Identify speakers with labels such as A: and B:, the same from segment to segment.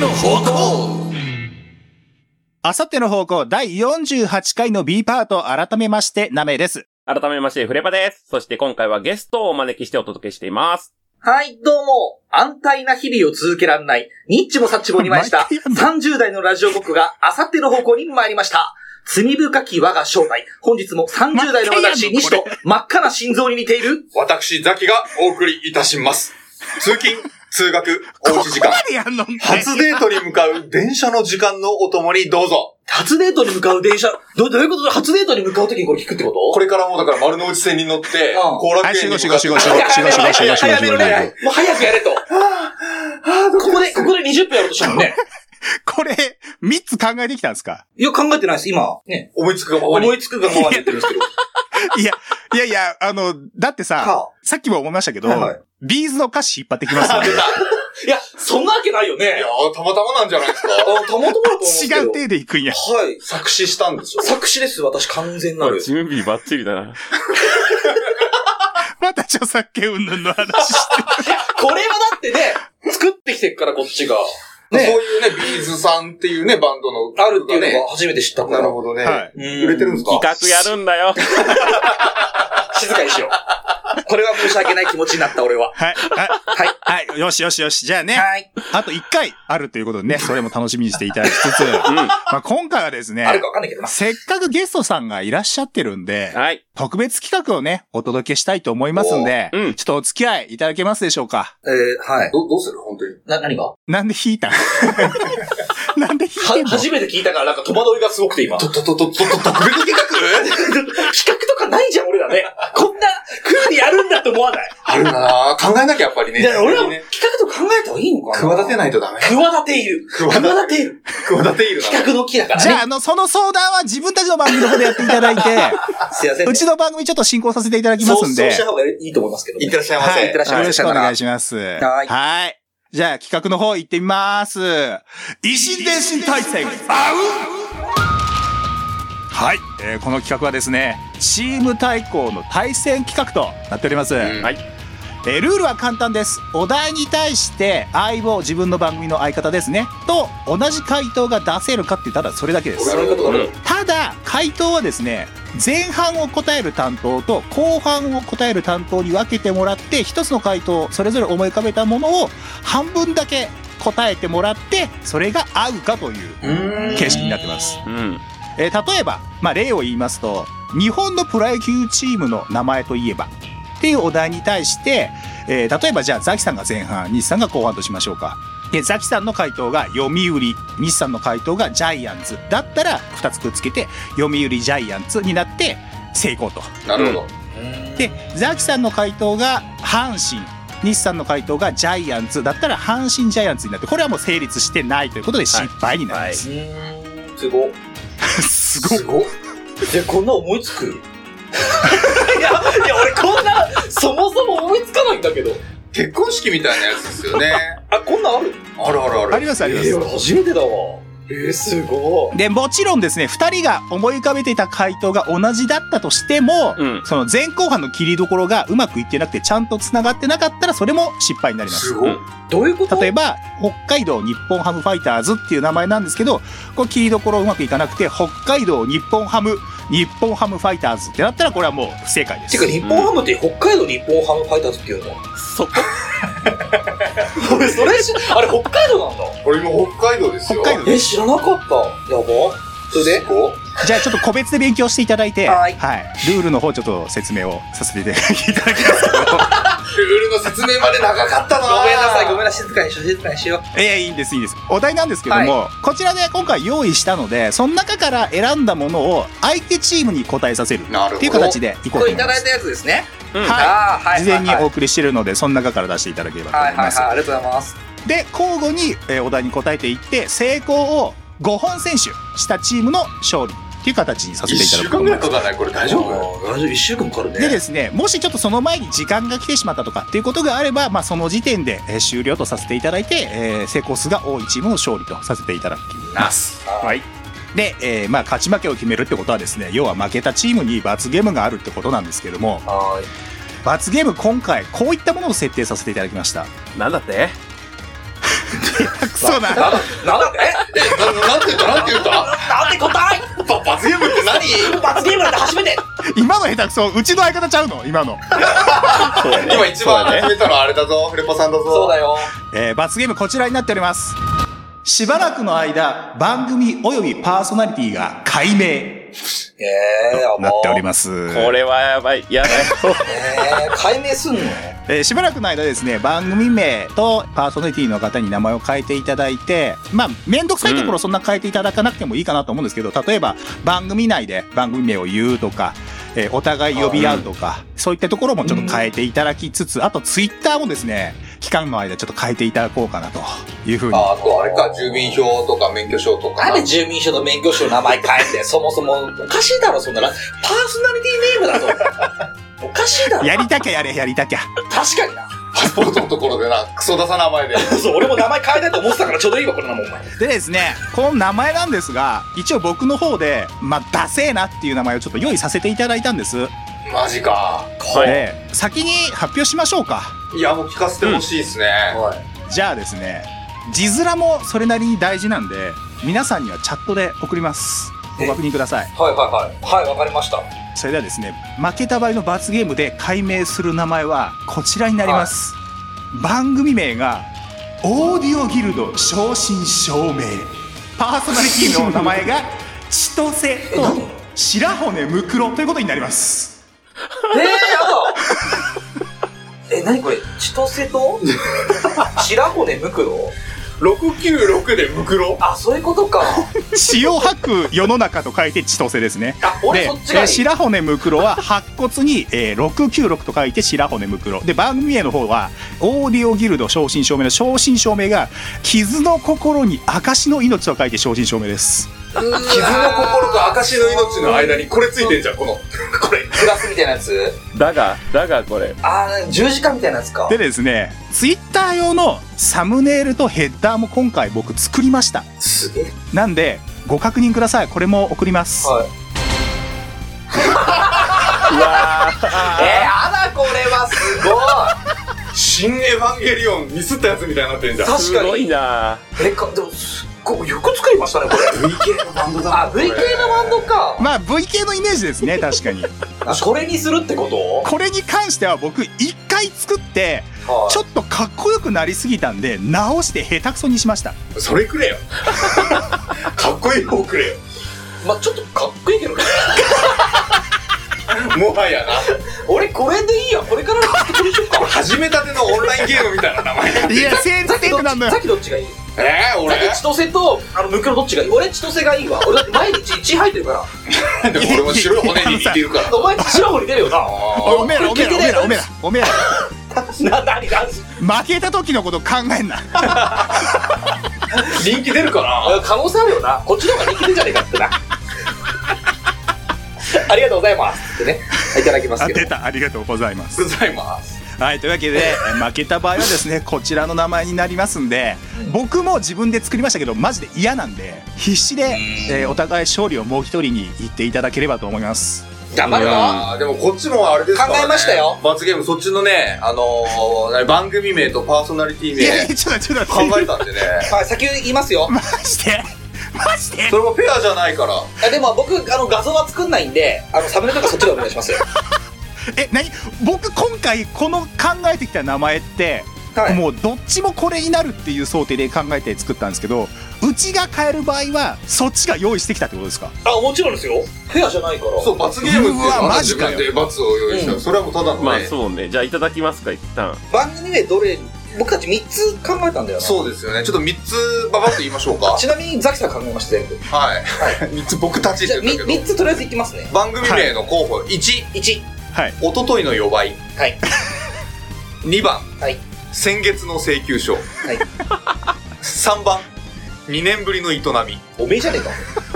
A: 方向
B: あさっての方向第48回の B パート改めまして、ナメです。
C: 改めまして、フレパです。そして今回はゲストをお招きしてお届けしています。
D: はい、どうも。安泰な日々を続けらんない、ニッチもサッチもにまいした
B: 毎、
D: 30代のラジオ国があさっての方向に参りました。罪深き我が正体。本日も30代の私、西と真っ赤な心臓に似ている。
A: 私、ザキがお送りいたします。通勤、通学、おうち時間。
B: でやんの
A: 初デートに向かう電車の時間のお供にどうぞ。
D: 初デートに向かう電車、ど、どういうこと初デートに向かうときにこれ聞くってこと
A: これからもうだから丸の内線に乗って、
D: うん
A: 後楽
B: はい、
A: 園
B: 集
A: に
B: 合
A: 向
B: 集
A: か
B: 合
A: っ
B: 集
A: て
B: 合集合集合集合集合集合
D: 早め
B: 集
D: ろ
B: 合集合
D: ね。もう早くやれと。ここで、ここで20分やろうとしたもんね。
B: これ、3つ考えてきたんですか
D: いや、考えてないです、今。ね。
A: 思いつくがままに。
D: 思いつくがままに言ってるんですけど。
B: いや、いやいや、あの、だってさ
D: は、
B: さっきも思いましたけど
D: はいはい、
B: ビーズの歌詞引っ張ってき ますよね。
D: いや、そんなわけないよ
A: い
D: ね
A: や。ー、たまたまなんじゃないですか。
D: あたまたまだと思うんですけど
B: 違う手で行くんや。
D: はい。
A: 作詞したんでしょ
D: 作詞です、私、完全なる。
C: 準備バッチリ だな。
B: また著作権云々の話して。
D: これはだってね、作ってきてるから、こっちが。
A: そ
D: ね。
A: ういうね、ビーズさんっていうね、バンドの、
D: あるっていうのが初めて知ったか
A: な
D: ら。
A: るほどね。
B: はい。
D: うん
A: 売れてるんですか
C: 企画やるんだよ。
D: 静かにしよう。これは申し訳ない気持ちになった、俺 は。
B: はい。
D: はい。
B: はい。はい。よしよしよし。じゃあね。
D: はい。
B: あと1回あるということでね、それも楽しみにしていただきつ つ、
C: うん。
B: まあ今回はですね
D: あ、るかわかんないけどな。
B: せっかくゲストさんがいらっしゃってるんで、
C: はい。
B: 特別企画をね、お届けしたいと思いますんで、
C: おーうん
B: ちょっとお付き合いいただけますでしょうか。
D: えー、はい。
A: ど、どうする本当に。
D: な、何がは、
B: なんで 引いたんなんで引いてんの
D: 初めて聞いたから、なんか戸惑いがすごくて今。
A: と、と、と、と、と、と、特別企画
D: 企画とかないじゃん、俺らね。こんな、クールにやるんだって思わない。
A: あるなー考えなきゃやっぱりね。
D: いや、俺らも企
A: ね
D: 画とか考えた方がいいのかな
A: 企てないとダメ。
D: 企ている。
A: 企て
D: 企ている。
A: 企ているな。
D: 企画の木だからね。
B: じゃあ、あの、その相談は自分たちの番組の方でやっていただい て、
D: すいませんね。
B: うちの番組ちょっと進行させていただきますん
D: そうそう
B: で、
D: した方がいいと思いますけど、
A: いってらっしゃいま
B: は
A: せ。
B: い
D: ってらっしゃいま
B: よ
D: せ
B: ろしくお願いします。
D: はい
B: はい。じゃあ、企画の方行ってみます。維新伝心対戦、あうはい、えーこの企画はですね、チーム対抗の対戦企画となっております。
A: うん
C: はい。
B: えールールは簡単ですお題に対して相棒自分の番組の相方ですねと同じ回答が出せるかってただそれだけで
D: そ
B: す
D: ういうことだね。
B: ただ回答はですね前半を答える担当と後半を答える担当に分けてもらって一つの回答それぞれ思い浮かべたものを半分だけ答えてもらってそれが合うかという
D: うん
B: 形式になってます、
C: うん。
B: えー例えば、まあ、例を言いますと日本のプロ野球チームの名前といえばっていうお題に対して、えー例えばじゃあザキさんが前半西さんが後半としましょうかでザキさんの回答が読売西さんの回答がジャイアンツだったら2つくっつけて読売ジャイアンツになって成功と
A: なるほど。
B: でザキさんの回答が阪神西さんの回答がジャイアンツだったら阪神ジャイアンツになってこれはもう成立してないということで失敗になります、
D: うんすごい。
B: すごい
A: すごっ
D: いや、こんな思いつくいや、いや、俺こんな、そもそも思いつかないんだけど。
A: 結婚式みたいなやつですよね。
D: あ、こんなんある
A: あるあるある。
B: ありますあります、
D: えー、俺初めてだわ。えー、すごい。
B: でもちろんですね2人が思い浮かべていた回答が同じだったとしても、
C: うん。
B: その前後半の切りどころがうまくいってなくてちゃんと繋がってなかったらそれも失敗になりますす。
A: ごい。
D: どういうこと
B: 例えば北海道日本ハムファイターズっていう名前なんですけどこれ切りどころうまくいかなくて北海道日本ハム日本ハムファイターズってなったらこれはもう不正解で
D: て
B: す
D: か、。日本ハムって北海道日本ハムファイターズっていうの
C: そこ。
D: 俺、それし、あれ北海道なんだ。
A: これ今北海道ですよ。
B: 北海道
D: え、知らなかった。やば。それで
B: じゃあちょっと個別で勉強していただいて、
D: はい
B: ルールの方ちょっと説明をさせていただきます
A: ルールの説明まで長かったな
D: ごめんなさい、ごめんなさい、静かにしよう、静かにしよ。
B: いやいいんですいいんですお題なんですけども、こちらで今回用意したのでその中から選んだものを相手チームに答えさせるっ
A: なるほ
B: ていう
A: ど。
B: 形でいうこう
D: こと
B: 思
D: れい
B: い
D: た
B: ま
D: だい
B: す
D: たやつですね。
C: うん。
B: はい
D: あーはい。
B: 事前にお
D: はい
B: 送りしてるのでその中から出していただければと思
D: はいいはい
B: ます
D: はい、ありがとうございます。
B: で交互にえーお題に答えていって成功を5本選手したチームの勝利っていう形にさせ
A: 一
B: ていた
A: 週
B: だく
A: 間
B: と思
A: ぐ
B: い
A: らい
B: ます
A: かかんないこれ大丈夫
D: あー大丈夫、一週間かかるね。
B: でですねもしちょっとその前に時間が来てしまったとかっていうことがあれば、まあ、その時点でえー終了とさせていただいて、えー成功数が多いチームの勝利とさせていただきます。
C: はい。
B: で、えーまあ、勝ち負けを決めるってことはですね要は負けたチームに罰ゲームがあるってことなんですけども
D: は
B: 罰ゲーム今回こういったものを設定させていただきました
C: なんだって
B: たくそうなん
A: な、なんでええ、ななんて言ったなんて言った
D: なんて答え
A: ば罰ゲームって何
D: 罰ゲームなんて初めて
B: 今の下手くそうちの相方ちゃうの今の、
C: そうやね
A: 今一
C: そう
A: 番
C: や
A: 集
C: ね
A: めたのあれだぞ、フレパさんだぞ。
D: そうだよ。
B: えー罰ゲームこちらになっておりますしばらくの間番組およびパーソナリティが解明
D: ええ
B: となっており
D: ま
B: ます
C: これはやばい。やばい。
D: す。ええ解明すんの
B: えーしばらくの間ですね番組名とパーソナリティの方に名前を変えていただいてまあ面倒くさいところそんな変えていただかなくてもいいかなと思うんですけど例えば番組内で番組名を言うとか、えーお互い呼び合うとかそういったところもちょっと変えていただきつつあとツイッターもですね期間の間ちょっと変えていただこうかなというふうに
A: ああとあれか、住民票とか免許証とか。
D: なんで住民証と免許証の名前変えて、そもそもおかしいだろ、そんな。パーソナリティネームだぞ。おかしいだろ。
B: やりたきゃやれやりたきゃ
D: 確かにな。
A: パスポートのところでな、クソ出さ名前で。
D: そう、俺も名前変えたいと思ってたからちょうどいいわ、こんなもん、お前。
B: でですね、この名前なんですが、一応僕の方で、まあ、ダセーなっていう名前をちょっと用意させていただいたんです。
A: マジか。
C: はい。
B: で、先に発表しましょうか。
A: いや、もう聞かせてほしいですね。
D: はい。
B: じゃあですね、字面もそれなりに大事なんで、皆さんにはチャットで送ります。ご確認ください。
D: はいはいはい。はい、わかりました。
B: それではですね、負けた場合の罰ゲームで解明する名前はこちらになります。番組名が、オーディオギルド正真正銘。パーソナリティの名前が、千歳と白骨ムクロということになります。
D: ええやだ え、なにこれ千歳と白骨ムクロ
A: 696でムクロ。
D: あ、そういうことか。
B: 血を吐く世の中と書いて千歳ですね。
D: あ、俺
B: で
D: そっちが
B: え
D: い
B: ー
D: い。
B: 白骨ムクロは白骨に、えー696と書いて白骨ムクロで番組名の方はオーディオギルド正真正銘の正真正銘が傷の心に証の命と書いて正真正銘です
A: 傷の心と証の命の間にこれついてんじゃん、この。これ。
D: プラスみたいなやつ
C: だが、だがこれ。
D: あー、十字架みたいなやつか。
B: でですねツイッター用のサムネイルとヘッダーも今回僕作りました
D: すげえ。
B: なんでご確認くださいこれも送ります、
D: はい。
C: うわ
D: えー、あら、これはす
A: 新エヴァンゲリオンミスったやつみたいになってんじゃん。
D: ご
C: ー
D: い。
C: す
D: 確か
C: ごい
D: に。
C: な
D: え、か、でも、すっごい、よく作りましたね、これ。VK のバンドだ。あ、VK のバンドか。
B: まあ V 系のイメージですね確かに
D: あこれにするってこと
B: これに関しては僕一回作ってちょ
D: っ
B: っとかっこよくなりすぎたんで直して下手くそにしました
A: それくれよ。 かっこいい方くれよ。
D: と、まあ、ちょっとかっこいいけどね。
A: もはやな。
D: 俺、これでいいや。これから作りしよう か。
A: 始めたてのオンラインゲームみたいな名前。
B: いや、セー
D: さ
B: フ
D: っき
B: テー
D: ど
B: プ
D: っ
B: な
D: ち
B: のよ
D: さっ。きどっちがいい
A: えー、
D: さっき
A: 俺
D: 千歳とあのムクロどっちがいい俺千歳がいいわ俺だって毎日血吐いてるか
A: でも俺も白い骨に似てるから。
D: らお前白子に出るよな
A: あ
B: おめえら、おめえら、おめえら、おめえら、おめえ
D: な何何
B: ら。負けた時のこと考えんな。
A: ー人気出るかな
D: 可能性あるよなこっちの方ができるんじゃねえかってな ありがとうございますってねいただきます
B: あ、
D: けど
B: 出た。ありがとうございます。
A: ございます。
B: はい、というわけで、え負けた場合はですね、こちらの名前になりますんで、僕も自分で作りましたけど、マジで嫌なんで、必死で、えーお互い勝利をもう一人に言っていただければと思います。
D: 頑張る
A: い
D: よ
A: やーでもこっちもあれですからね
D: 考えましたよ
A: 罰ゲームそっちのねあのー、何番組名とパーソナリティ
B: いや
A: 名
B: いや、ちょっとちょっと
A: 考
B: 待って。
A: えたんでね
D: はい、先言いますよ。
B: マジでマジで
A: それもペアじゃないから
D: あでも僕、あの、画像は作んないんで、あの、サムネとかそっちでお願いしますよ。
B: え、なに僕今回この考えてきた名前って、
D: はい。
B: もうどっちもこれになるっていう想定で考えて作ったんですけどうちが変える場合はそっちが用意してきたってことですか
D: あ、もちろんですよ。フェアじゃないから。
A: そう罰ゲームっていうの
B: うわ
A: は
B: マジ
A: 自
B: かよ
A: 分で罰を用意した、
D: うん
A: それはもうただのね、
C: まあそうね。じゃあいただきますか、一旦。
D: 番組でどれ、僕たち3つ考えたんだよな。
A: そうですよねちょっと3つばばっと言いましょうか
D: ちなみにザキさん考えました、全部。
A: はい3つ僕たちっ
D: じゃ
A: て
D: あ、
A: 言
D: み
A: ったけ
D: 三
A: ど
D: つとりあえずいきますね。
A: 番組名の候補1
D: 一、
B: はい
A: おとといの予売
D: はい、
A: 2番
D: はい、
A: 先月の請求書
D: はい。
A: 3番2年ぶりの営み
D: おめえじゃね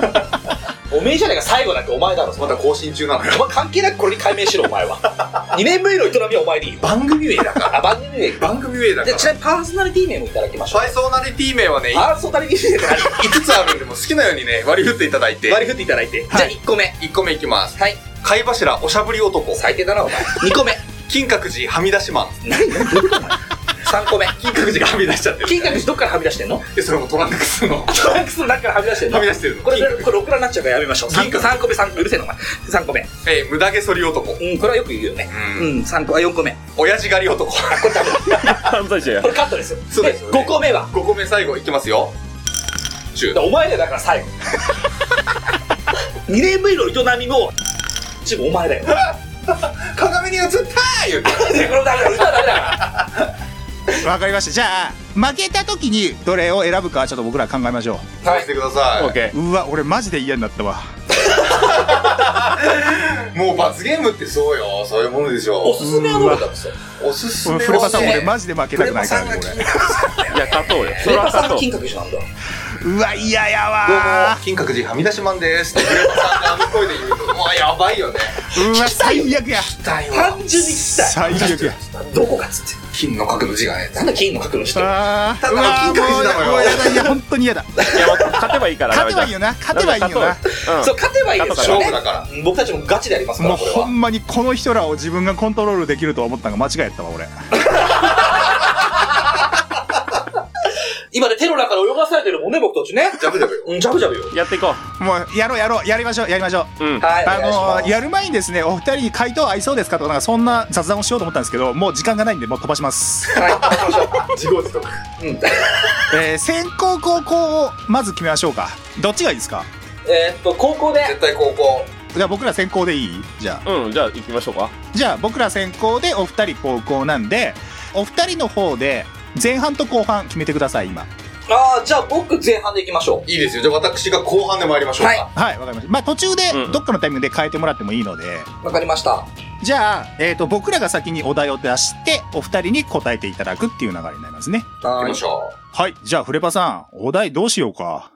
D: えか。 おめえじゃねえか、最後なんかお前だろ、そ
A: ま
D: んな
A: だ
D: の
A: 更新中なのよ
D: お前関係なくこれに解明しろ、お前は。2年目の営みはお前でいいよ。
A: 番組名だから
D: あ、番組名か。
A: 番組名だか
D: じゃ
A: ら
D: あ、ちなみにパーソナリティ名もいただきましょう
A: パ。ーソナリティ名はね
D: パーソナリティ名で何
A: 5つあるんでもう好きなようにね割り振っていただいて
D: 割り振っていただいて。じゃあ、1個目。
A: 1個目いきます
D: はい。
A: 貝柱おしゃぶり男
D: 最低だな、お前。2個目。
A: 金閣寺はみ出しマン
D: 何何どういうことお前3個目。
A: 金閣寺がはみ出しちゃってる。
D: 金閣寺どっからはみ出してん の
A: で、それもトランクスの。は
D: トランクスの中からはみ出してんの
A: み出してるの。
D: これ
A: 金閣、
D: これ、オクラになっちゃうからやめましょう。
A: 銀
D: 3
A: 閣
D: 個、三個目、三個目、うるせえの、お前。3個目。
A: えー無駄毛剃り男。う。
D: うん、これはよく言うよね。うんん、3個、あ、4個目。
A: 親父狩り男。
D: これダメ。
C: 犯罪者 や
D: こ。れカットですよ。
A: そうですよね
D: 5個目は。
A: 5個目最後いきますよ。中。
D: お前だよだから 最後。2年目の営みも、ちもお前だよ。こ
A: 鏡に映ったー言って。
D: れダメだ、歌ダメだから。
B: わかりましたじゃあ負けた時にどれを選ぶかちょっと僕ら考えましょ
A: 試してください。
C: オッケ
B: ううわ俺マジで嫌になったわ
A: もう罰ゲームってそうよ。そういうものでしょ
D: おすすめはどれだっすよ。
A: う。おすすめ
B: フレパさん
A: は
B: 俺
A: ね
B: マジで負けたくないからねこれ
C: ー。いや、勝とうよ。そ
D: フ
C: れ
D: レ
C: は
D: パさん
C: 勝と
D: が
C: う。
D: 金閣寺なんだ。
B: うわ嫌や
A: どうも
B: わ、
A: 金閣寺はみ出しマンです。ってフレパさんがあの声で言うと、もうやばいよね。
B: うわ最悪や
A: 痛いわ。
D: 単純に聞きたい。
B: 最悪や
D: どこかっつって。
A: 金の角の字がね。
D: なんだ金の角の人。
B: あ
A: た
B: ー
A: だ
B: う
A: の
B: わ
A: 金
B: ー
A: 閣
B: もう
A: 寺なのよ
B: もうやだいや本当に嫌だ
C: いや、勝てばいいから。
B: 勝てばいいよな勝てばいいよな
C: な
D: そう、勝てばいいです
A: 勝
D: よ
A: 負
D: ね
A: だ。から。
D: 僕たちもガチでやりますか
B: もう
D: ら、これ
B: ほ
D: は。
B: んまにこの人らを自分がコントロールできるとは思ったのが間違いやったわ俺
D: 今ね、手の中で泳がされてるもんね、僕たちね。
A: ジャブジャブよ。
D: うん、ジャブジャブよ。
C: やっていこ
B: もうやろうやろうやりましょうやりましょう
C: う。うん。
D: はい、お願いし
B: あ
D: ま
B: の
D: す。
B: やる前にですねお二人に回答合いそうですかとかなんかそんな雑談をしようと思ったんですけどもう時間がないんでもう飛ばし ます、
D: はい、行きましょ
A: 自業自得。
D: う。うん。
B: えー、先攻後攻をまず決めましょうかどっちがいいですか
D: えーっと、高校で、
A: 絶対高校。
B: じゃあ僕ら先行でいいじゃあ
C: うん、じゃあ行きましょうか。
B: じゃあ僕ら先行でお二人後攻なんでお二人の方で前半と後半決めてください今
D: ああ、じゃあ僕前半で行きましょ
A: いいですよ。じゃあ私が後半で参りましょう
D: はい
A: か。
B: はいわかりましたまあ途中で
C: うん
B: どっかのタイミングで変えてもらってもいいので、
D: う。わかりました。
B: じゃあ、えー、と僕らが先にお題を出してお二人に答えていただくっていう流れになりますね
A: 行
D: は
A: き
D: い
A: ましょ
B: はいじゃあフレパさんお題どうしようか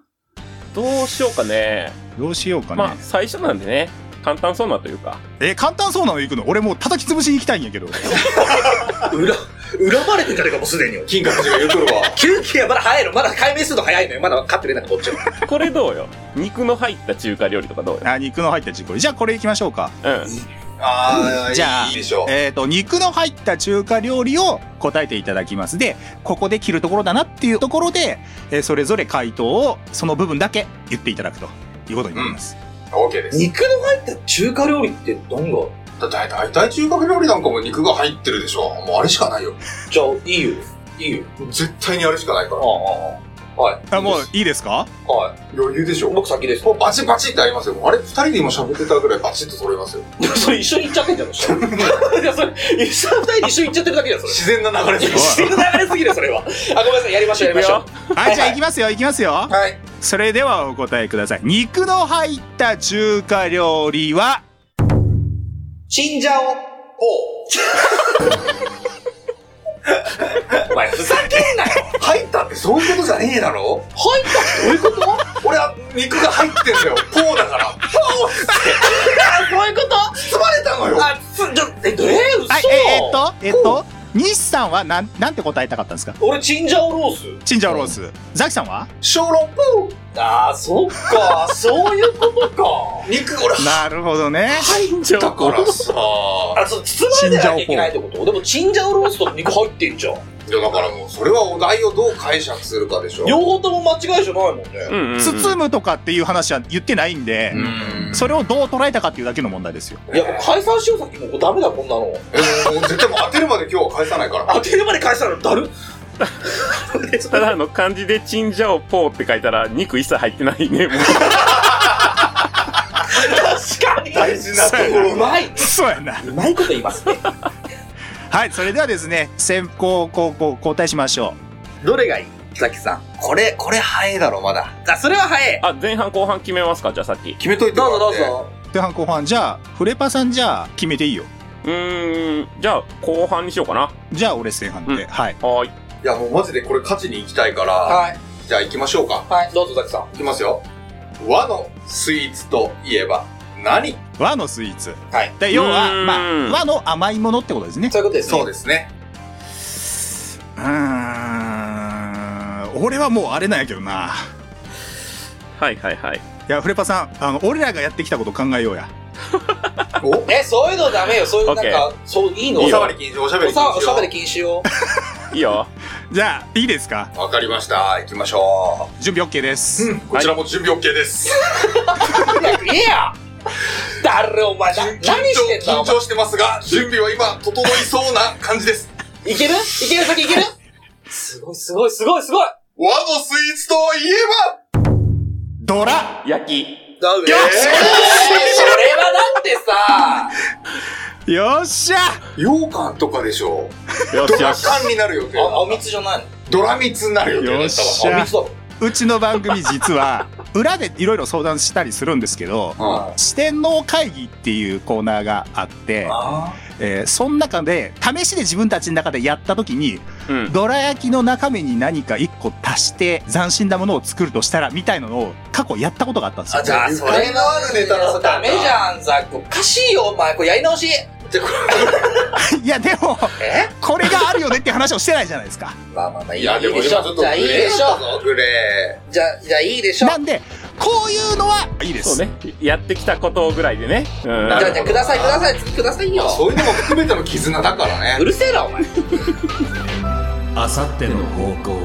C: どうしようかね。
B: どうしようかね、
C: まあ、最初なんでね、簡単そうなというか。
B: えー簡単そうなの行くの俺もう叩き潰しに行きたいんやけど
D: 裏、恨まれてんじゃねえか、もうすでに
A: う。。金閣寺が言うとる わ。
D: 休憩はまだ早いの。まだ解明するの早いのよ。まだ勝ってるね、こっちは。
C: これどうよ。肉の入った中華料理とかどうよ。
B: あ肉の入った中華料理じゃあこれ行きましょうか
C: うん。
A: あー、
B: じゃあ
A: いいでしょう。
B: えっ、と肉の入った中華料理を答えていただきますでここで切るところだなっていうところで、えーそれぞれ回答をその部分だけ言っていただくということになります、
A: OK です。
D: 肉の入った中華料理って何が
A: だだ大体中華料理なんかも肉が入ってるでしょ。もうあれしかないよ。
D: じゃあ、いいよ。いいよ。
A: 絶対にあれしかないか
D: あ
A: ら。
D: あ、はい。
B: あもういいですか
D: はい。
A: 余裕でしょ。
D: 僕先です
A: も。うバチバチってありますよ。あれ二人で今喋ってたぐらいバチッと取れますよ。
D: それ一緒に行っちゃってんじゃん、そ れ。いや、それ、一緒に二人で一緒に行っちゃってるだけじゃん、それ。
A: 自然な流れですよ。
D: 自然の流れすぎる、それは。あ、ごめんなさい、やりましょう、やりましょう。
B: はいじゃあ行きますよ行きます よ
A: はい。
B: それではお答えください肉の入った中華料理は
D: チンジャオ。 お前、ふざけんなよ
A: 入ったってそういうことじゃねえだろ
D: 入ったってどういうこと
A: 俺は肉が入ってんだよ。ポーだから。ポー
D: あ、そういうこと
A: 包まれたのよ。
D: あ、つ、ちょ、え、え、嘘、
B: はいえーえーっとえーっと西さんはなんなんて答えたかったんですか
D: 俺、チンジャオロース。
B: チンジャオロースザキさんは
A: 小籠包
D: あー、そっか、そういうことか。
A: 肉俺
B: なるほどね
A: 入ったからさ。
D: あ、そう、包まれてなきゃいけないってことでも、チンジャオロースと肉入ってんじゃん。
A: いやだからもうそれはお題をどう解釈するかでしょ。
D: 両方とも間違いじゃないもんね。
C: うんうんうん。
B: 包むとかっていう話は言ってないんで、
A: うん。
B: それをどう捉えたかっていうだけの問題ですよ
D: いや、もう解散しようさっきもうダメだ、こんなの。
A: えーもう絶対もう当てるまで今日は返さないから。
D: 当てるまで解散なのだる
C: ただあの漢字でチンジャオポーって書いたら肉一切入ってないね。もう
D: 確かに
A: 大事なとこ
D: う
A: ろ。
D: まい
B: そうやな
D: うまいこと言いますね。
B: はいそれではですね先行後攻交代しましょ
D: どれがいい木さん。
A: これ、これ早いだろ、まだ。
D: あ、それは早い。
C: あ、前半後半決めますかじゃあさっき。
A: 決めといて
D: どうぞど
A: も
D: う
A: らって。
D: ぞ。
B: う前半後半じゃあフレパさんじゃあ決めていいよ
C: うーん、じゃあ後半にしようかな。
B: じゃあ俺前半で、
C: うん
B: はい
C: はーい。
A: いやもうマジでこれ勝ちに行きたいから、
D: はい。
A: じゃあ行きましょうか。
D: はい。どうぞ、ザキさん。
A: 行きますよ。和のスイーツといえば何
B: 和のスイーツ
D: はい。
B: で要は
C: うーん
B: まあ和の甘いものってことですね
D: そういうことですね。
A: そうですね。
B: うーん俺はもうあれなんやけどな
C: はいはいはい。
B: いやフレパさんあの俺らがやってきたこと考えようや
A: お
D: え、そういうのダメよ。そういう、
C: オッケ
D: な
C: ー
D: んか、そう、いいの
A: おしゃべり禁止、おしゃべ
D: お
A: り禁
D: さおしゃ
A: 止
D: べり
A: よ。
D: 禁止よ。
C: いいよ。
B: じゃあ、いいですか
A: わかりました。行きましょ
B: 準備 OK です。
A: う。こちらも準備 OK です。
D: いや誰お前、な何してん
A: 緊張
D: だお
A: 緊張してますが、準備は今、整いそうな感じです。
D: 前。いけるいける先いけるすごいすごいすごいすごい
A: 和のスイーツといえば
B: ドラ
C: 焼き。
D: だよし、えー、それはだってさ、
B: よっしゃ
A: 羊羹とかでしょ
C: よ
A: ド
C: しよ
A: ラ
C: し。
A: 缶になる予定
D: あ、おみつじゃない
A: ドラ蜜になる予定だった
B: よっし
D: の
B: ゃ
D: あ、おみつだろ。
B: うちの番組実は、裏でいろいろ相談したりするんですけど、
A: わ
B: 四天王会議っていうコーナーがあって、えーその中で、試しで自分たちの中でやった時に、
C: うん。
B: どら焼きの中身に何か一個足して斬新なものを作るとしたら、みたいなのを過去やったことがあったんですよ。
D: あ、じゃあ、そ
A: ゆか
D: れ
A: りのあるネタだったんだ
D: ダメじゃん、ザック。おかしいよ、お前。これやり直し。じゃ、こ
B: いや、でも、
D: れ、え
B: これがあるよねって話をしてないじゃないですか。
D: まあまあまあ、
A: うん
D: い
A: い
D: い
A: や、でも今
D: でし
A: ちょっと
D: ょ。じ
A: グ
D: ゃあ、いい
A: レ
D: で
A: ー
D: し
A: だ
D: ょ。
A: ぞ、グレ
D: じゃあ、じゃあ、いいでしょ。
B: なんで、こういうのはいいで
C: そう
B: す。
C: ね。やってきたことぐらいでね。うん。
A: な
D: じゃ
A: るほど
D: あ、じゃあ、ください、ください、次くださいよ
A: ー。。そういうのも含めての絆だからね
D: う。るせえな、お前。
E: あさっての方向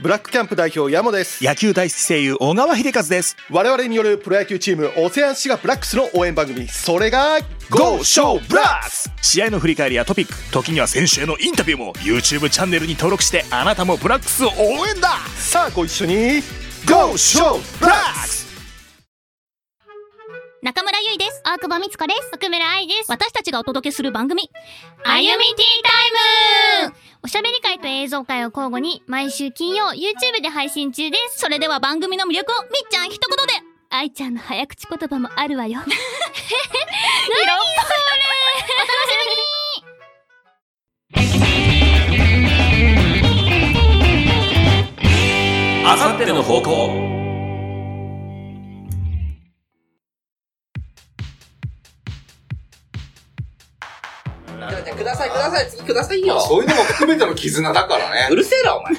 F: ブラックキャンプ代表山です
B: 野球大好き声優、小川秀和です。
F: 我々によるプロ野球チームオセアンシガブラックスの応援番組それが
B: Go Show Blast! 試合の振り返りやトピック、時には選手へのインタビューも YouTube チャンネルに登録して、あなたもブラックスを応援だ
F: さあご一緒に
B: !Go Show Blacks!
G: 中村ゆいです。大久保みつこです。奥村愛です。私たちがお届けする番組、あゆみティータイムおしゃべり会と映像会を交互に毎週金曜 YouTube で配信中です。それでは番組の魅力をみっちゃん一言で愛ちゃんの早口言葉もあるわ よ。何それお楽しみに
E: あさっての方向
D: じゃあ、じゃあ、ください、ください、次くださいよ
A: あ。そういうのも含めての絆だからね
D: う。るせえな、お前。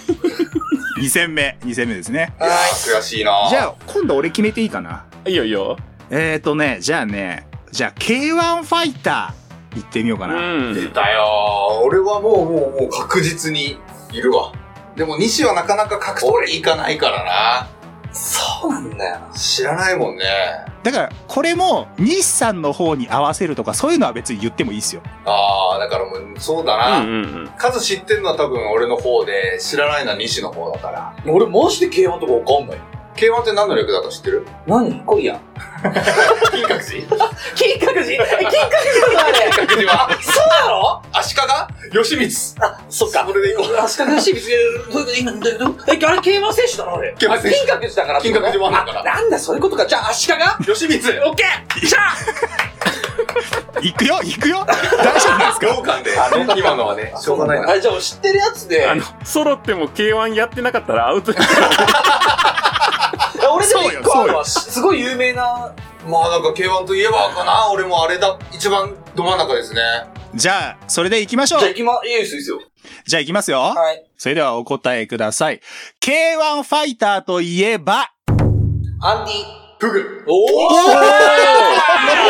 B: 2戦目、2戦目ですね。
A: いやー悔しいな
B: じゃあ、今度俺決めていいかない
C: いよいいよ。
B: えーとね、じゃあね、じゃあ K1 ファイター、行ってみようか
C: う
B: な。
A: 出
C: ん。
A: たよー俺はもうもうもう確実にいるわでも西はなかなか格闘技行かないから
D: そうなんだよな。
A: な知らないもんね
B: だから、これも、西さんの方に合わせるとか、そういうのは別に言ってもいいですよ。
A: ああだからもうそうだ
C: う
A: な、
C: んうんうん。
A: 数知ってんのは多分俺の方で知らないのは西の方だから
D: 俺、マジで競馬とかわかんない。
A: K1 って何の略だか知ってる
D: 何これや。
A: 金閣寺
D: 金閣寺え金閣寺だあれ。
A: 金閣寺は
D: そうなの
A: 足利義満
D: あ、そっか。
A: それでいこう
D: あ、しかし、別に、どういうこと、どういうことえ、あれ、競馬選手だろ、あれ。
A: 競馬選手
D: あ金閣寺だからってことね。
A: 金閣寺ワンだから
D: あなんだ、そういうことか。じゃあ、足利
A: 義満
D: オッケーじゃあ
B: 行くよ行くよ大丈夫なんです
A: 洋
B: か
A: 館で今のはねしょうがないな
D: あ、じゃあ、知ってるやつで。
C: あの、揃っても K1 やってなかったらアウト。
D: 俺でも一個
B: そ
D: あ
B: うよそうよ
D: るわ。すごい有名な。
A: まあなんか K1 といえばかな俺もあれだ一番ど真ん中ですね
B: じゃあ、それで行きましょう
D: じゃあ、行きま、いいですよ、いいですよ。
B: じゃあ行きますよ、
D: はい。
B: それではお答えください。K1 ファイターといえば、
D: アンディ。
A: フグ
D: おおや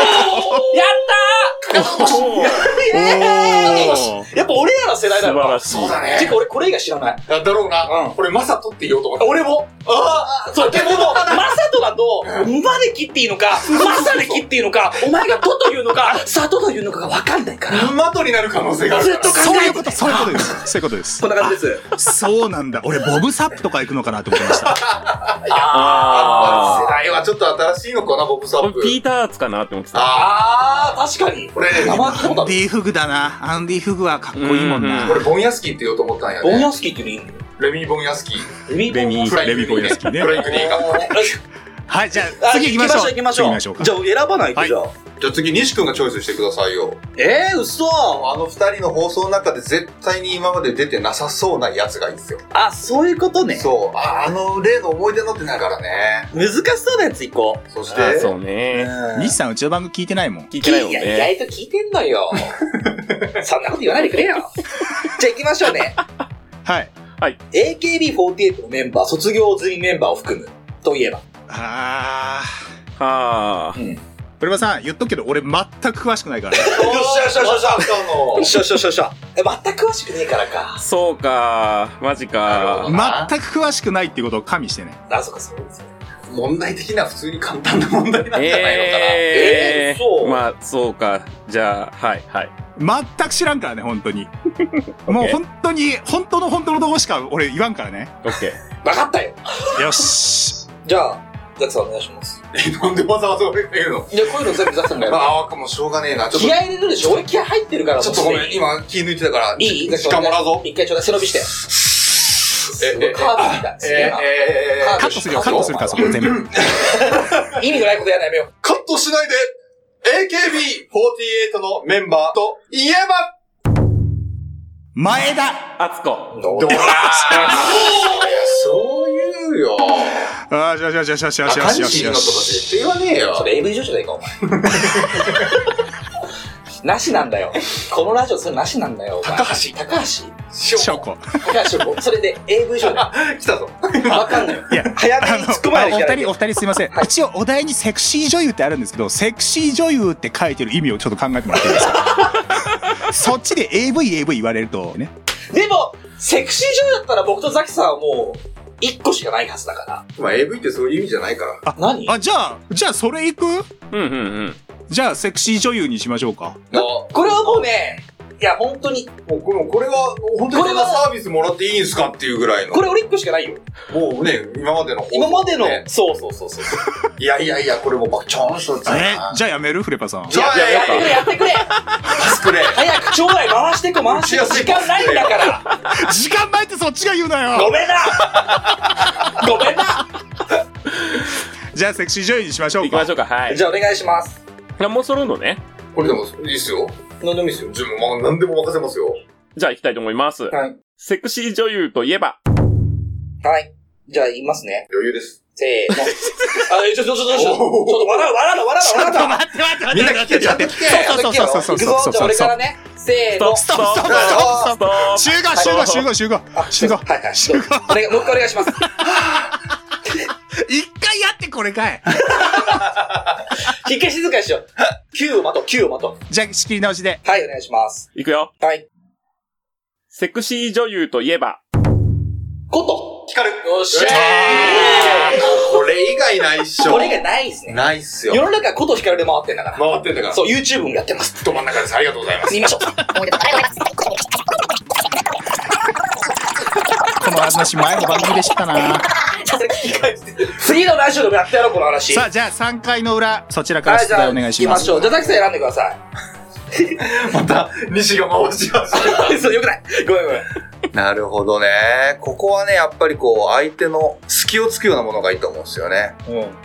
C: お
D: ったーイエーイやっぱ俺らの世代だ
C: 素
D: ろ。
C: 晴らしい。
A: だ
D: てか、俺これ以外知らない。
A: だろうな、
D: うん
A: 俺マサトって言おうと思った
D: 俺も。ああ、そう、でも、マサトだと、馬で切っていいのか、マサで切っていいのか、お前がトというのか、サトというのかが分かんないから。
A: 馬とになる可能性があ
D: ず
A: る
D: っ
A: か
D: と考
B: そうい
D: え
B: う
D: て
B: こ
D: て
B: と、そういうことです。そういうことです
D: こ。んな感じです。
B: そうなんだ。俺、ボブサップとか行くのかなと思ってました。
A: ら
C: あ
A: 世代はちょっと新しいのかなボブサ
C: あ。
A: ッ
C: 俺
A: プ
C: ピーターアーツかなって思ってた。
A: あ
D: ああ、確かに。
A: あ俺ね
D: 生聞いたこ
B: ア
D: とあ
B: ン
D: る。
B: ディフグだな。アンディフグはかっこいいもん
C: う
B: な。
C: んうん
A: 俺ボンヤスキーって言おうと思ったんや
D: ボン
A: ね
D: ヤスキーっていうのいい
A: レミー・ボンヤスキー
D: レミ
C: レミ
A: フライングニーね
B: ボンヤスキーね
A: フライングニーが
B: はい、じゃあ、次行きましょう。
D: 行きましょう、行きましょ
B: 次行
D: う。
B: きまし
D: じ
B: ょ
D: ゃあ、選ばないと、
B: はい
D: じゃあ。
A: じゃあ次西君がチョイスしてくださいよ
D: えー、嘘
A: あの二人の放送の中で絶対に今まで出てなさそうなやつがいいんですよ
D: あ、そういうことね。
A: そうああの例の思い出のってないからね
D: 難しそうなやつ行こ
A: そし
C: あ
A: て
C: そうね。
B: う。西さん、うちの番組聞いてないもん。
C: 聞い
D: い
C: てないもん
D: や、
C: ね。
D: 意外と聞いてんのよ。そんなこと言わないでくれよ。じゃあ行きましょうね。
B: はい。
D: AKB48 のメンバー、卒業済みメンバーを含む。といえば。
B: あ
C: はあ。
B: プレバさん、言っとくけど、俺全く詳しくない から。
A: よっしゃよっしゃよっしゃ、来たの
D: しょしょしょしょ。え全く詳しくねえからか。
C: そうか、マジか。
B: 全く詳しくないっていうことを加味してね。
D: あ、そうか、そうですね。
A: 問題的には普通に簡単な問題なんじゃないのかな。
C: え
D: えーそう
C: まあ、そうか。じゃあ、はい、はい。
B: 全く知らんからね、本 当に。もう本当に、本当の本当のとこしか俺言わんからね。
C: オッケ
D: わかったよ。
B: よし。
D: じゃあ、ザクさんお願いします。
A: えなんでわざわざ俺が言うの
D: いや、こういうの全部ザクさんがやる。
A: ああ、もうしょうがねえな。ちょっと、
D: 気合い入れるでしょ俺気合入ってるから。
A: ちょっとごめ、
D: もうんすでに
A: 今気抜いてたから、
D: いいいい
A: 時間もらうぞ。
D: 一回ちょうだい。背伸びして。すごいカードみたい。
A: え
D: すげえな
A: え
D: カ
B: カットするよ、カットするから、そこ全部。
D: 意味のないことやらやめよう。
A: カットしないで !AKB48 のメンバーといえば
B: 前田
C: ー。あつこ。
A: どうだそう言うよ。
B: あー、よしよしよしよしよしよ
A: 赤
B: しよ
A: 西
B: し
A: の
B: よ
A: こと
B: し。
A: 絶対言わねえよ。
D: それ AV 女子だよ、お前。 なしなんだよ。このラジオ、それなしなんだよ、お前。
A: 高橋
D: 高橋
B: 証拠。
D: 高橋もそれで AV 女子だ
A: 来たぞ。
D: よ。わかんないよ。
B: いや、
D: 早
B: あ
D: めに突っ込
B: の、
D: ま
B: あ
D: な
B: お
D: いといけな
B: 二
D: い
B: 人、お二人すいません。一応、お題にセクシー女優ってあるんですけど、セクシー女優って書いてる意味をちょっと考えてもらっていいですかそっちで AV、AV 言われるとね。
D: でも、セクシー女優だったら僕とザキさんはもう、一個しかないはずだか
A: まあ AV ってそういう意味じゃないから。
D: ら。何
B: あ、じゃあ、じゃあそれいく
C: うんうんうん。
B: じゃあセクシー女優にしましょうか。
A: も
D: これはもうね、いや、本当に、
A: うこれこれは、本当にこんなサービスもらっていいんすかっていうぐらいの。
D: これ俺一個しかないよ。
A: もうね、今までの。
D: 今までの
A: ね、
D: そうそうそうそう。
A: いやいやいや、これもうバチョンしとっ
B: え
A: たな。
B: じゃあやめるフレパさん。
A: じゃあ、
D: いや、や
A: や
D: ってくれ、やってくれ
A: 作れ。
D: 早く、将来回してこ、回してこ。時間ないんだから。
B: 時間前ってそっちが言うな
D: ご
B: よ
D: めんなごめんな
B: じゃあセクシー女優にしましょう
C: 行きま
B: か
C: し。ょうか、はい。
D: じゃあお願いします。
C: ゃもうそろのね。
A: これでもいいっすよ。
D: 何でもいいですよ。
A: 自分も何でも任せますよ。
C: じゃあ行きたいと思います。
D: はい。
C: セクシー女優といえば、
D: はい。じゃあ、言いますね。
A: 余裕です。
D: せ ーの。あ、えちょ、ちょ、ちょ、ちょ、ちょ、ちょっと笑う、笑うの、笑うの、笑うの。
B: 待って待って
A: みんな聞けちゃって聞け
B: そうそうそうそうそうそう
D: 行くぞ、じゃあ俺からね。せーの。
C: ストップ、
B: ストップ
C: ストップ、ス
B: 集合集合集合集合
D: あ、
B: 集合
D: はいはい。集合。お願いもう一回お願いします。
B: 一回やってこれかい
D: 一回静かにしよう。9を待とう、9を待と
B: じゃあ仕切り直しで
D: う。はい、お願いします。
C: いくよ。
D: はい。
C: セクシー女優といえば、
D: コト
A: 光る。
D: よっしゃ
A: これ以外ないっし
D: ー
A: ょ。
D: これがないですね。
A: ないっす
D: 世
A: よ。
D: の中はコトヒカルで回ってんだから。
A: 回ってんだから。
D: そう、YouTube もやってます。
A: ど真ん中です。ありがとうございます。
D: 見ましょう。
B: この話前の番組で知ったな
D: 次のラジオでもやってやろう、この話。
B: さあじゃあ3回の裏そちらから
D: はい
B: 出
D: じゃあ
B: 題お願いしま
D: 行きますしょう。じゃあ、ザキさん選んでくださ
A: また、西が回しまし
D: い。そう、よくない。ごめんごめん。
A: なるほどね。ここはね、やっぱりこう、相手の隙をつくようなものがいいと思うんですよね。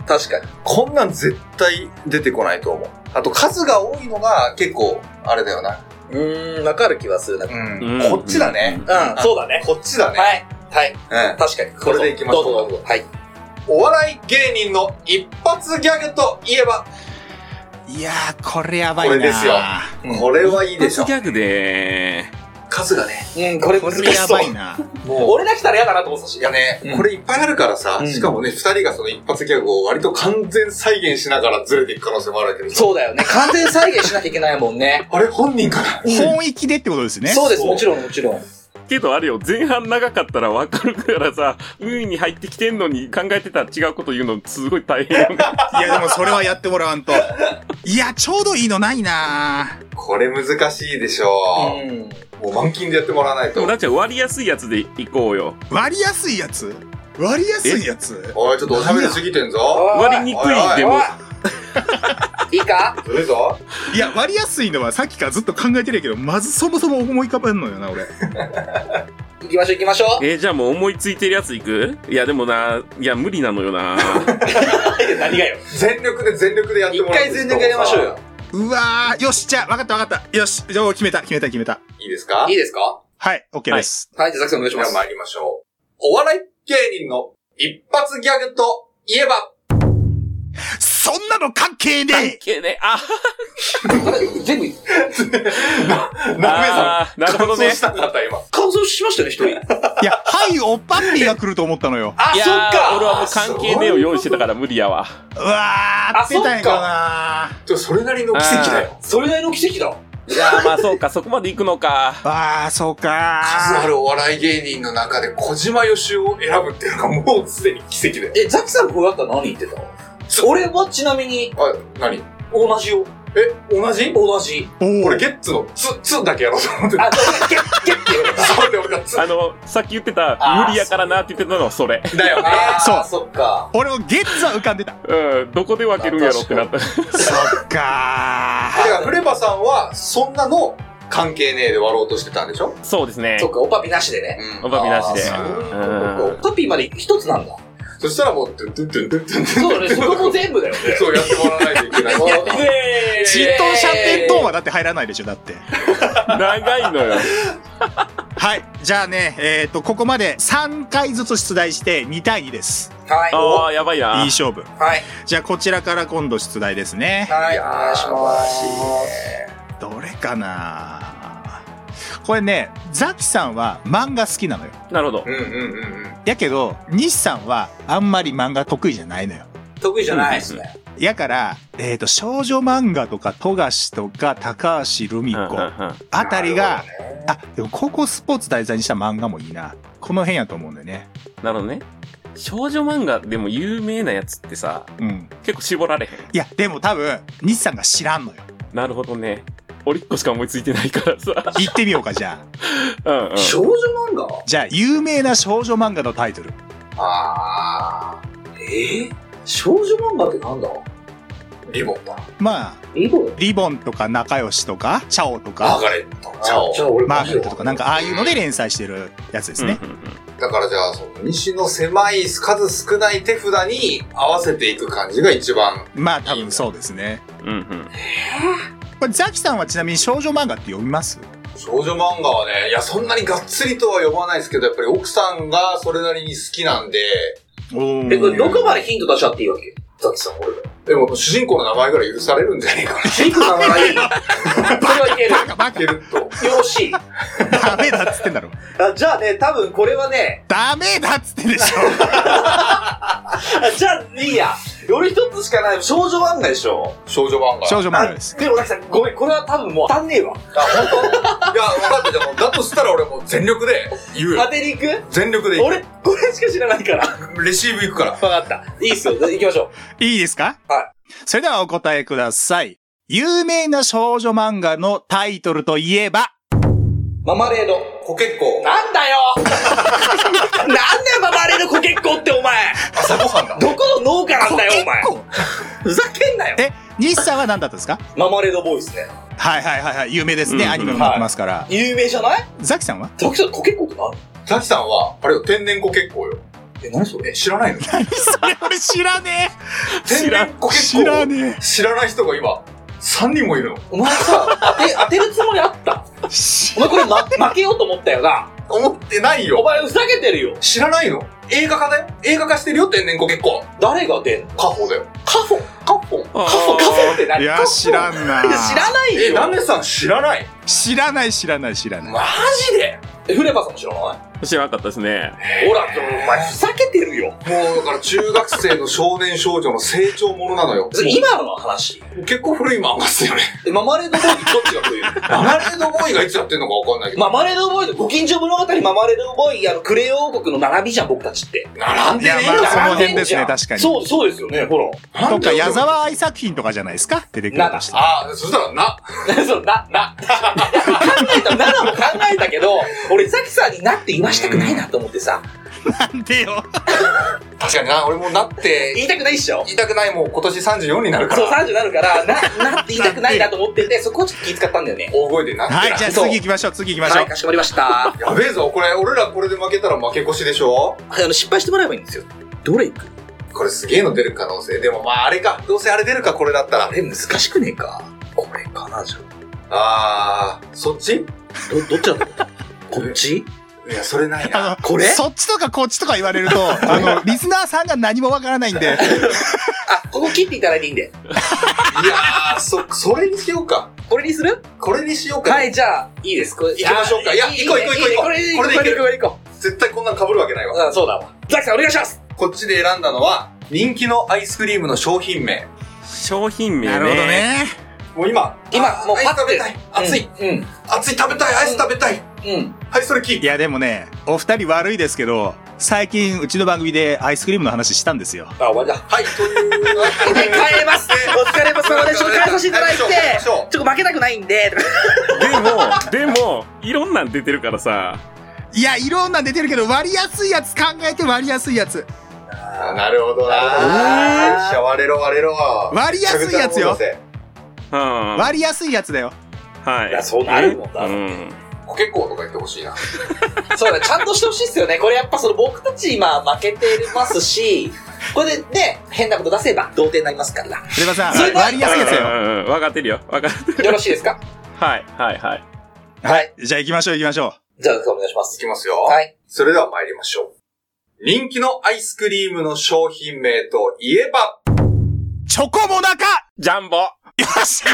D: 確かに。
A: こんなん絶対出てこないと思う。あと、数が多いのが結構、あれだよな。
D: うーん、わかる気はするな。うん、
A: うん。
C: うん
A: こっちだね。
D: そうだね。
A: こっちだね。
D: はい。はい。
A: うん。
D: 確かに。
A: これで行きましょう
D: どうぞどうぞ。はい。
A: お笑い芸人の一発ギャグといえば、
B: いやーこれやばいな
A: これですよこれはいいでし
C: ス
A: ょ
C: ギ。ャグで
A: 数がね。
D: うん、これ
B: こ
D: 難
B: れ
D: し
B: や
D: そ
B: ば
D: う
B: い。な
A: もう、
D: 俺が来たら嫌だなと思ってたし。
A: いやね、
D: うん
A: これいっぱいあるからさ、
D: うん
A: しかもね、二人がその一発ギャグを割と完全再現しながらずれていく可能性もあるわけでしょ。
D: そうだよね。完全再現しなきゃいけないもんね。
A: あれ本人かな
B: 本域でってことですね
D: そうです、もちろんもちろん。
C: ー。けどあれよ、前半長かったらわかるからさ、海に入ってきてんのに考えてたら違うこと言うのすごい大変よ ね。
B: いやでもそれはやってもらわんといやちょうどいいのないな
A: これ難しいでしょ
D: うん。
A: う。もう満金でやってもらわない
C: でも
A: と。
C: なっちゃん割りやすいやつでいこうよ。
B: 割りやすいやつ割りやすいやつ
A: おい、ちょっとおしゃべりすぎてんぞ。
D: おい
C: 割りにくいでも、
D: おいいいか
A: ずるいぞ。
B: いや割りやすいのはさっきからずっと考えてるけどまずそもそも思い浮かばんのよな俺
D: 行きましょう行きましょ
C: えーじゃあもう思いついてるやついくいや、でもな、いや、無理なのよ な。
D: う。何がよ。
A: 全力で全力でやって
D: 一
A: もらって
D: 回全力やりましょうよ。。
B: うわーよしじゃあ分かった分かったよしじゃあ決めた決めた決めた
A: いいですか
D: いいですかは
B: はい OK です、
D: い、じゃあザクさんお願いし
A: で
D: ま
A: は
D: す。
A: 参りましょう。お笑い芸人の一発ギャグといえば、
B: そそんなの関係ねえ
C: けね、あ
D: あれ全部、
A: な、なめさ
C: あー、なるほど
A: ん。そう
C: ね。
A: したかった、今。
D: 乾燥しましたね、一 人。
B: いや、はい、おっぱっぴーが来ると思ったのよ。
A: あ
C: いやー俺はもう関係ねえを用意してたから無理やわ。
B: うわー、合ってたんやか
A: ら。それなりの奇跡だよ。
D: それなりの奇跡だ。
C: いやーまあそうか、そこまで行くのか。
B: なわー、そうか
A: 数あるお笑い芸人の中で小島よしおを選ぶっていうのがもうすでに奇跡だよ。
D: え、ザキさんこうだったら何言ってた俺はちなみに、
A: あ、なに
D: 同じよ。
A: え、同じ
D: 同じ。
B: おー
A: 俺、ゲッツのツ、ツだけやろうと思ってた。
D: あ、ゲ ッ、ゲッって言われた。
A: そうで俺がツ
C: あの、さっき言ってた
D: あー、
C: 無理やからなって言ってたのはそれ。
A: だよね。
D: あ
B: そう
D: ー、そっか。
B: 俺もゲッツは浮かんでた。
C: うん、どこで分けるんやろってなった。
B: そっか
A: だから、フレバさんは、そんなの関係ねえで割ろうとしてたんでしょ
C: そうですね
D: そ。っか、おパピなしでね。
A: う
C: おばびなしで。
A: あーそう
C: う
D: お
C: ん
D: パピまで一つなんだ。
A: そしたらもう、トゥントゥントゥントゥントゥン
D: そう だね、そこも全部だよね。
A: そうやってもらわないといけない。
D: イエーイ
B: ー。チートンシャンペントーンはだって入らないでしょ、だって。
C: 長いのよ。
B: はい。じゃあね、えっ、と、ここまで3回ずつ出題して2対2です。
D: は
C: ああ、やばい
B: いい
C: な。
B: 勝負。
D: い。はい。
B: じゃあ、こちらから今度出題ですね。
D: はい。
A: い
D: お
A: やー
D: 願いします。
B: どれかなこれね、ザキさんは漫画好きなのよ。
C: なるほど。
A: うんうんうんうん。
B: やけど、西さんはあんまり漫画得意じゃないのよ。
D: 得意じゃないですね。
B: やから、えっ、と、少女漫画とか、富樫とか、高橋留美
C: うんうん
B: 子
C: うん
B: あたりが、あ、でも高校スポーツ題材にした漫画もいいな。この辺やと思うんだよね。
C: なるほどね。少女漫画でも有名なやつってさ、
B: うん。
C: 結構絞られへん。
B: いや、でも多分、西さんが知らんのよ。
C: なるほどね。俺一個しか思いついてないからさ。
B: 行ってみようか、じゃあ。
C: うんうん。
D: 少女漫画
B: じゃあ、有名な少女漫画のタイトル。
D: あー。えー、少女漫画ってなんだ
A: リボンだ。
B: まあ、
D: リボン
B: リボンとか、仲良しとか、チャオと
A: マ
B: か
A: ー、ガレット。チャオ
D: じゃあ俺
B: マーガレットとか、なんか、ああいうので連載してるやつですね。
C: うんうんうん
A: だからじゃあ、その西の狭い、数少ない手札に合わせていく感じが一番。
B: まあ、多分そうですね。
C: うんうん。
B: これ、ザキさんはちなみに少女漫画って読みます
A: 少女漫画はね、いや、そんなにがっつりとは呼ばないですけど、やっぱり奥さんがそれなりに好きなんで、
B: お
D: え、これどこまでヒント出しちゃっていいわけザキさん、俺が。
A: でも主人公の名前ぐらい許されるんじゃねえかな。
D: ジェイ クさんがいい。これはいける。
A: バケると。
D: よろしい。
B: ダメだっつってんだろ。
D: あじゃあね、多分これはね、
B: ダメだっつってんでし
D: あじゃあ、いいや。より一つしかない。少女漫画でしょ
A: 少女漫画。
B: ょ。少女漫画です。
D: あでも、ザキさん、ごめん、これは多分もう当たんねえわ。
A: いや、分かったじゃん。もうだとしたら俺もう全力で言う
D: 当
A: よ。
D: てに行く
A: 全力で言
D: 俺、これしか知らないから。わ
A: う。レシーブ行くから。
D: かった。いいっすよ。行きましょ
B: いいですか
D: はい
B: それではお答えください。有名な少女漫画のタイトルといえば、
D: う。ママレード。
A: コケッコ
D: なんだ よなんだよ、ママレードコケッコってお前。
A: 朝ごはんだ。
D: どこの農家なんだよ、お前。
B: コケッコ
D: ふざけんなよ。
B: え、西さんは何だったんですか
D: ママレードボーイズね。
B: はいはいはいはい、有名ですね。
C: うんうん
B: アニメもなってますから。
D: 有名じゃない
B: ザキさんは
D: ザキさん、コケッコって何
A: ザキさんは、あれよ、天然コケッコよ。
D: え、何それ
A: え、知らないの
B: それ俺知らね
A: 天然コケッコ
B: 知らね
A: え。知らない人が今、3人もいるの。
D: お前さ、当て、当てるつもりあった
B: え。し
D: お前これ、ま、負けようと思ったよな。
A: 思ってない
D: お
A: よ。
D: 前ふざけてるよ。
A: 知らないの映画化だよ。映画化してるよ、天然コケッコ。
D: 誰が出んの
A: カホだよ。
D: カフォカフォカフォ
C: あー
D: カフォって何
B: いや、知らんな
D: 知らないよ。
A: え、ナメさん知らない
B: 知らない知らない知らない。
A: マジで
D: え、フレバさんも知らない
C: 知らなかったですね。
D: ほら、でもお前ふざけてるよ。
A: もうだから中学生の少年少女の成長ものなのよ。
D: 今の話。
A: 結構古い漫画っすよね。
D: えママレードボーイズ どっちが食える
A: ママレードボーイがいつやってんのかわかんないけど。
D: ママレードボーイズ、ご近所物語ママレードボーイ、あの、クレヨン王国の並びじゃん、僕たちって。
A: 並ん
B: い
A: で
B: や
A: ね、え
B: ま
A: ん
B: あ
A: だ
B: その辺
D: 並んで
B: で
D: ん
B: す
D: じゃ
B: ね、
D: ん
B: 確かに。
D: そう、そうですよね、ほら。
B: とか、矢
A: なんで
B: 沢愛作品とかじゃないですか出てくるとしたら
A: あ、そしたらな。
D: そう、な、な。考えた、7も考えたけど、俺、ザキさんになって言わしたくないなと思ってさ、
B: なんでよ。
A: 確かにな、俺もなって、
D: 言いたくないっしょ
A: 言いたくないもう今年34になるか
D: そう、
A: ら。
D: 30なるから、な、なって言いたくないなと思ってて、そこをちょっと気遣ったんだよね。
A: 大声でなってな。
B: はい、じゃあ
D: そう
B: 次行きましょう、次行きまし
D: は
B: ょう
D: い、。かしこまりました。あ
A: やべえぞ、これ、俺らこれで負けたら負け越しでしょ
D: の、失敗してもらえばいいんですよ。どれいく
A: これすげえの出る可能性。でもまああれか。どうせあれ出るか、これだったら
D: あ。れ、難しくねえか。これかな、じゃ
A: あ
D: あ。
A: ー、そっち
D: ど、どっちだったこっち
A: いや、それない な。
B: あの、
D: これ
B: そっちとかこっちとか言われると、 あの、リスナーさんが何もわからないんで、
D: あ、ここ切っていただいていいんで。
A: いやー、そ、それにしようか。
D: これにする
A: これにしようか。
D: はい、じゃあ、いいです。行
A: 行きましょうかいや行こう行こう行こう
D: これで行こ
A: こ
D: う、こ
A: れ
D: れ
A: で行
D: で行こう、これで行こ
A: 絶対こんなの被るわけないわ。
D: う。うん、そうだわ。ザキさん、お願いします
A: こっちで選んだのは、人気のアイスクリームの商品名。
C: 商品名 ね。
B: なるほど。ね。
A: もう今、
D: 今、もう
A: アイ
D: パ
A: ス
D: ッ
A: 食べ
D: て
A: たい。。熱い。
D: うん。
A: 熱い食べたい。アイス食べたい。
D: うん。うん。
A: はい、それ聞い
B: いやでもね、お二人悪いですけど、最近うちの番組でアイスクリームの話したんですよ。
D: あ、終わりだ。
A: はい、というわけ
D: で、
A: で。
D: 帰れますお疲れ様でしょ帰らさせていただいて、ちょっと負けたくないんで、
C: でも、でも、いろんなん出てるからさ、
B: いや、いろんな出てるけど、割りやすいやつ考えて割りやすいやつ。
A: あなるほどな。
D: あー
A: よっしゃ割れろ割れろ。
B: 割りやすいやつよ
A: めちゃくちゃ戻せ
C: うん。は
B: 割りやすいやつだよ。
C: い。
D: いやそうなるもんだ
C: うん。
A: コケコーとか言ってほしいな。
D: そうだ、ちゃんとしてほしいですよね。これやっぱその僕たち今負けてますし、これでね、変なこと出せば同点になりますから。
B: レバさ
D: それ
B: ん、
D: だ
B: 割りやすいやつ
C: う
B: よ。
C: んうんうん。わかってるよ。わかってる。
D: よろしいですか
C: はい、はい、はい。
D: はい。
B: じゃあ行きましょう行きましょ
D: じゃあ、お願いします
A: いき。ますよ。
D: はい。
A: それでは参りましょう。人気のアイスクリームの商品名といえば、
B: う。チョコモナカ
C: ジャンボ。
B: よし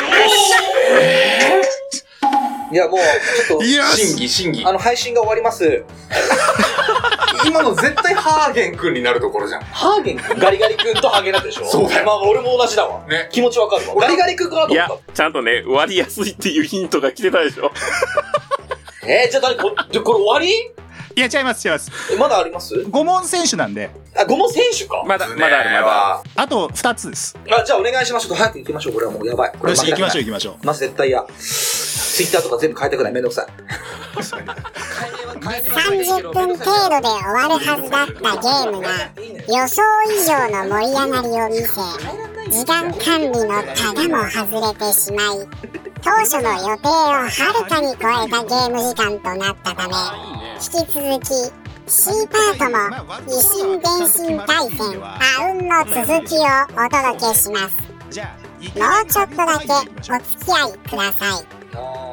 D: いや、もう、ちょっと、
B: よ
A: 審
B: し
A: 議審議
D: あ。の、配信が終わります。
A: 今の絶対ハーゲン君になるところじゃん。
D: ハーゲン君ガリガリ君とハーゲンなんでしょ
A: そうだよ
D: まあ、俺も同じだわ。
A: ね。
D: 気持ちわかるわ。ガリガリ君かなと
C: い
D: 思っ
C: や
D: た。、
C: ちゃんとね、割りやすいっていうヒントが来てたでしょ。
D: えー、じゃあ誰こ、じゃあこれ終わり
B: いや、ちゃいます違います。
D: えまだあります
B: 5問選手なんで、
D: あ、五問選手か。
C: まだ、まだある、まだあ
A: は。
B: あと2つです。
D: あ、じゃあお願いしましょう。ちょっと早く行きましょう。これはもうやばい。これ
B: よし、行きましょう
D: う。
B: 行きましょう。
D: まず絶対嫌。ツイッターとか全部変えたくない。めんどくさい。
H: 30分程度で終わるはずだったゲームが予想以上の盛り上がりを見せ時間管理のタガも外れてしまい当初の予定をはるかに超えたゲーム時間となったため引き続き C パートも維新伝心対戦あうんの続きをお届けします
B: じゃあ、
H: もうちょっとだけお付き合いください
D: あ